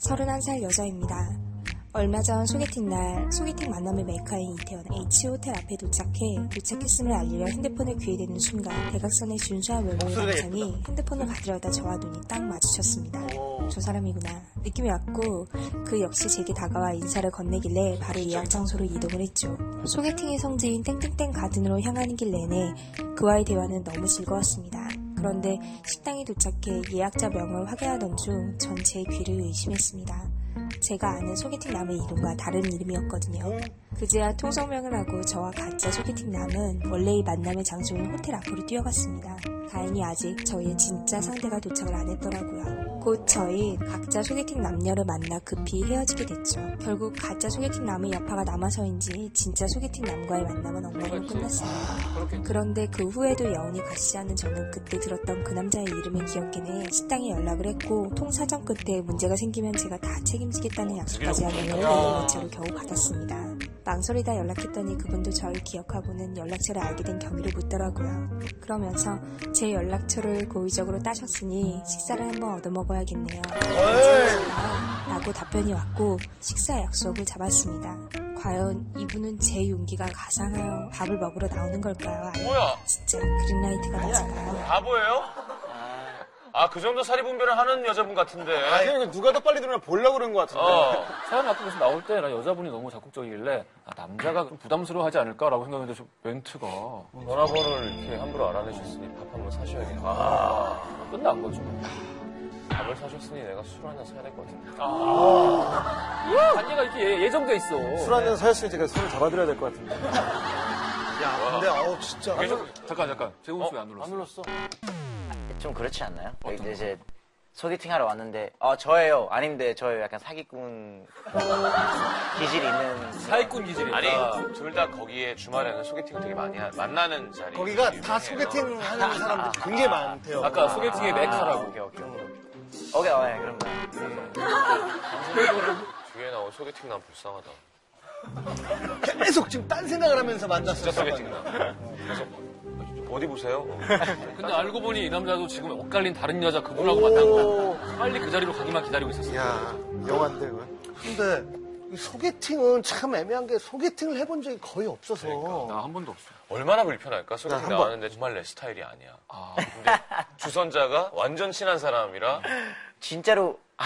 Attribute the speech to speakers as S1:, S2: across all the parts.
S1: 31살 여자입니다. 얼마 전 소개팅 날 소개팅 만남의 메카인 이태원 H 호텔 앞에 도착해 도착했음을 알리려 핸드폰을 귀에 대는 순간 대각선의 준수한 외모의
S2: 목소리가
S1: 남성이 핸드폰을 받으려다 저와 눈이 딱 마주쳤습니다. 저 사람이구나 느낌이 왔고 그 역시 제게 다가와 인사를 건네길래 바로 예약 장소로 이동을 했죠. 소개팅의 성지인 땡땡땡 가든으로 향하는 길 내내 그와의 대화는 너무 즐거웠습니다. 그런데 식당에 도착해 예약자 명을 확인하던 중 전 제 귀를 의심했습니다. 제가 아는 소개팅 남의 이름과 다른 이름이었거든요. 그제야 통성명을 하고 저와 가짜 소개팅 남은 원래의 만남의 장소인 호텔 앞으로 뛰어갔습니다. 다행히 아직 저희의 진짜 상대가 도착을 안 했더라고요. 곧 저희 각자 소개팅 남녀를 만나 급히 헤어지게 됐죠. 결국 가짜 소개팅 남의 여파가 남아서인지 진짜 소개팅 남과의 만남은 엉망으로 끝났습니다. 그런데 그 후에도 여운이 가시지 않는 저는 그때 들었던 그 남자의 이름을 기억해 내 식당에 연락을 했고 통사정 끝에 문제가 생기면 제가 다 책임지겠다는 약속까지 하며 연락처를 겨우 받았습니다. 망설이다 연락했더니 그분도 저를 기억하고는 연락처를 알게 된 경위를 묻더라고요. 그러면서 제 연락처를 고의적으로 따셨으니 식사를 한번 얻어먹어야겠네요. 괜찮으신가요? 라고 답변이 왔고 식사 약속을 잡았습니다. 과연 이분은 제 용기가 가상하여 밥을 먹으러 나오는 걸까요? 아니면
S2: 뭐야?
S1: 진짜 그린라이트가 맞을까요?
S2: 바보예요? 아, 그 정도 사리 분별을 하는
S3: 아니,
S2: 여자분
S4: 예.
S2: 같은데.
S3: 그냥 누가 더 빨리 들으면 보려고 그런 것 같은데.
S2: 어.
S4: 사연 앞에서 나올 때 나 여자분이 너무 적극적이길래 아, 남자가 좀 부담스러워하지 않을까라고 생각했는데 좀 멘트가
S2: 전화번호를 이렇게 함부로 알아내셨으니 밥 한번 사셔야겠다. 아,
S4: 끝난 거죠.
S2: 밥을 사셨으니 내가 술 하나 사야 될 것 같은데.
S4: 단계가 이렇게 예- 예정돼 있어.
S3: 술 한잔 사였으니 제가 손을 잡아드려야 될 것 같은데.
S2: 야,
S3: 근데, 어우, 진짜.
S4: 잠깐 잠깐 제 옷이 왜안 눌렀어?
S5: 좀 그렇지 않나요? 이제, 이제 소개팅 하러 왔는데 어 저예요 아닌데 저예요 약간 사기꾼 기질이 있는
S4: 사기꾼 기질이다.
S2: 아니, 둘 다 거기에 주말에는 소개팅을 되게 많이 하, 만나는 자리.
S3: 거기가 다 소개팅 하는 사람들이 굉장히 많대요.
S4: 아까 소개팅의 메카라고.
S5: 오케이 오케이 오케이 오케이 어, 예, 그런 거야
S2: 뒤에 나온 소개팅 남 불쌍하다.
S3: 계속 지금 딴 생각을 하면서 만났어요.
S2: 진짜 소개팅 남. 그래서 어디 보세요?
S4: 근데 알고 보니 이 남자도 지금 엇갈린 다른 여자 그분하고 만난 거. 빨리 그 자리로 가기만 기다리고 있었어. 요
S3: 야, 영화인데, 그 근데, 이 소개팅은 참 애매한 게 소개팅을 해본 적이 거의 없어서.
S4: 나 한 번도 없어.
S2: 얼마나 불편할까? 소개팅
S3: 한 번.
S2: 나왔는데 정말 내 스타일이 네, 아니야. 근데 주선자가 완전 친한 사람이라
S5: 진짜로 아,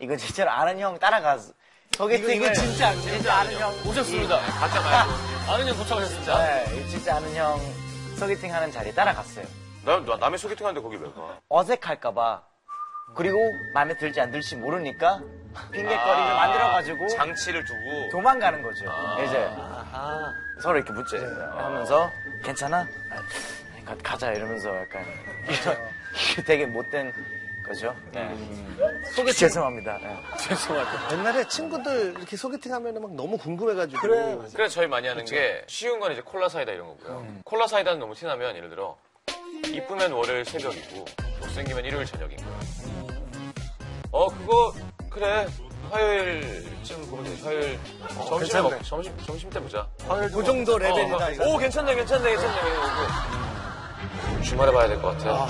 S5: 이건 진짜로 아는 형 따라가 소개팅을
S3: 이거- 이거 진짜
S5: 아는 형 예.
S4: 오셨습니다. 가짜 말고. 아는 형 도착하셨습니다.
S5: 네, 진짜 아는 형 소개팅 하는 자리에 따라갔어요
S2: 나, 나- 남의 소개팅 하는데 거기 왜 가?
S5: 어색할까봐 그리고 마음에 들지 안 들지 모르니까 핑계거리를
S2: 아,
S5: 만들어가지고
S2: 장치를 두고 아.
S5: 도망가는 거죠. 이제 서로 이렇게 묻지 하면서 괜찮아? 아, 가- 가자 이러면서 약간
S4: 그렇죠.
S5: 이게 되게 못된 거죠. 네. 소개 죄송합니다. 네.
S3: 옛날에 친구들 이렇게 소개팅 하면 막 너무 궁금해가지고.
S2: 그래서 저희 많이 하는 게 쉬운 건 이제 콜라 사이다 이런 거고요. 콜라 사이다는 너무 티나면 예를 들어 이쁘면 월요일 새벽이고 못생기면 일요일 저녁인 거야. 어 그거 그래 화요일쯤 보면 돼. 화요일 점심
S3: 괜찮네.
S2: 먹, 점심 점심 때 보자.
S3: 그 정도 레벨이다. 이거.
S2: 오 괜찮네 괜찮네 괜찮네. 이러고. 주말에 봐야 될 것 같아.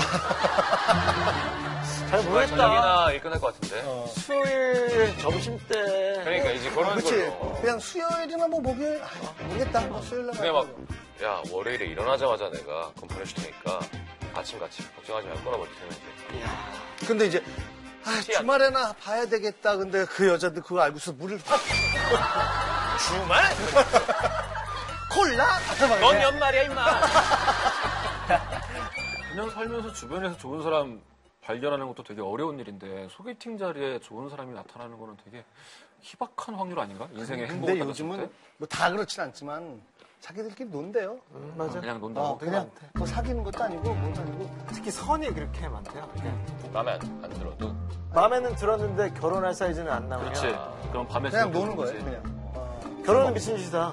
S3: 잘
S2: 주말
S3: 모르겠다.
S2: 저녁이나 아, 일 끝날 것 같은데.
S4: 어.
S3: 수요일 그 점심 때.
S2: 그러니까 이제 그런
S3: 어, 그치.
S2: 걸로.
S3: 그냥 수요일이나 뭐 목요일. 아, 모르겠다. 뭐 수요일 날.
S2: 근데 막 야 월요일에 일어나자마자 내가 그럼 보내줄 테니까 아침 같이 걱정하지 말고 끊어버릴 테니까.
S3: 근데 이제 아,
S2: 티안
S3: 주말에나 봐야 되겠다. 근데 그 여자들 그거 알고서 물을 확. 주말? 콜라?
S2: 넌 연말이야 임마.
S4: 그냥 살면서 주변에서 좋은 사람 발견하는 것도 되게 어려운 일인데 소개팅 자리에 좋은 사람이 나타나는 거는 되게 희박한 확률 아닌가? 인생의 행복을
S3: 근데
S4: 따졌을
S3: 요즘은
S4: 때?
S3: 뭐 다 그렇진 않지만 자기들끼리 논대요.
S6: 맞아.
S4: 그냥 논다고
S3: 어, 그냥 뭐 사귀는 것도 아니고 뭐도 아니고.
S6: 특히 선이 그렇게 많대요.
S2: 마음에 안, 안 들어도
S6: 마음에는 들었는데 결혼할 사이즈는 안 나오면.
S4: 그렇지. 그럼 밤에
S3: 그냥
S4: 생각해
S3: 노는 거예요.
S4: 보지.
S3: 그냥.
S6: 결혼은 미친 짓이다.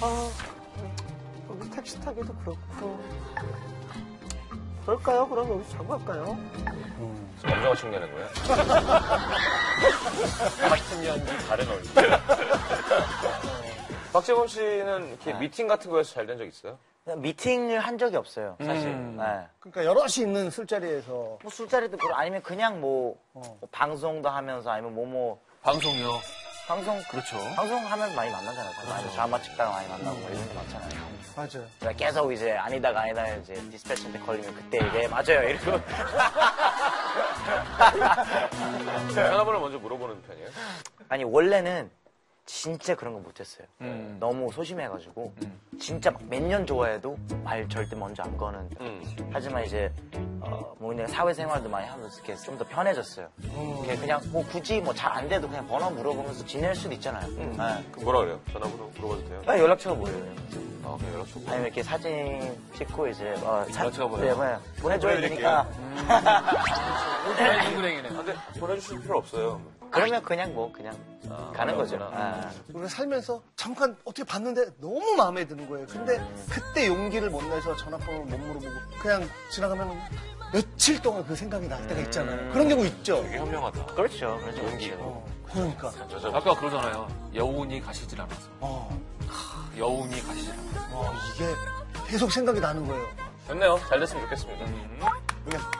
S2: 어.
S6: 아, 여기 택시 타기도 그렇고. 그럴까요? 그럼 여기서 자고 갈까요?
S2: 남자가 충내는 거야? 같은 연기 다른 얼굴. 박재범 씨는 이렇게 미팅 같은 거에서 잘 된 적 있어요?
S5: 미팅을 한 적이 없어요, 사실.
S4: 음.
S5: 네.
S3: 그러니까 여럿이 있는 술자리에서
S5: 뭐 술자리도 그렇고 아니면 그냥 뭐,
S4: 어.
S5: 뭐 방송도 하면서 아니면 뭐뭐
S4: 방송이요.
S5: 방송
S4: 그렇죠.
S5: 방송하면서 많이 만나잖아요. 사실. 아니면 드라마 찍다가 많이 만나고 뭐 이런 게 많잖아요.
S3: 맞아요.
S5: 제가 계속 이제 아니다가 아니다 이제 디스패치한테 걸리면 그때 이게 맞아요 이러고
S2: 네. 전화번호 먼저 물어보는 편이에요?
S5: 아니 원래는 진짜 그런 거 못했어요.
S4: 음.
S5: 너무 소심해가지고 진짜 막 몇 년 좋아해도 말 절대 먼저 안 거는.
S4: 음.
S5: 하지만 이제 어, 뭐 그냥 사회생활도 많이 하면서 이렇게 좀 더 편해졌어요.
S4: 음.
S5: 이렇게 그냥 뭐 굳이 뭐 잘 안 돼도 그냥 번호 물어보면서 지낼 수도 있잖아요.
S4: 음.
S5: 네.
S2: 그 뭐라 그래요? 전화번호 물어봐도 돼요?
S5: 그냥 연락처가 뭐예요?
S2: 아, 그냥 연락 주고.
S5: 아니면 이렇게 사진 찍고 이제 어, 사-
S4: 연락처가 뭐예요? 음.
S5: 네, 뭐예요? 보내줘야 되니까
S4: 땡구랭이네.
S2: 아, 근데 보내주실 필요 없어요.
S5: 그러면 그냥 뭐 그냥 가는 거죠. 아.
S3: 우리가 살면서 잠깐 어떻게 봤는데 너무 마음에 드는 거예요. 근데 그때 용기를 못 내서 전화번호를 못 물어보고 그냥 지나가면 며칠 동안 그 생각이 날 때가 있잖아요. 그런 경우 있죠.
S2: 되게 현명하다.
S5: 그렇죠. 그렇죠.
S3: 어, 그러니까.
S2: 여자
S4: 아까 그러잖아요. 여운이 가시질 않아서.
S3: 어,
S4: 여운이 가시질 않아서.
S3: 어, 이게 계속 생각이 나는 거예요.
S2: 됐네요. 잘 됐으면 좋겠습니다.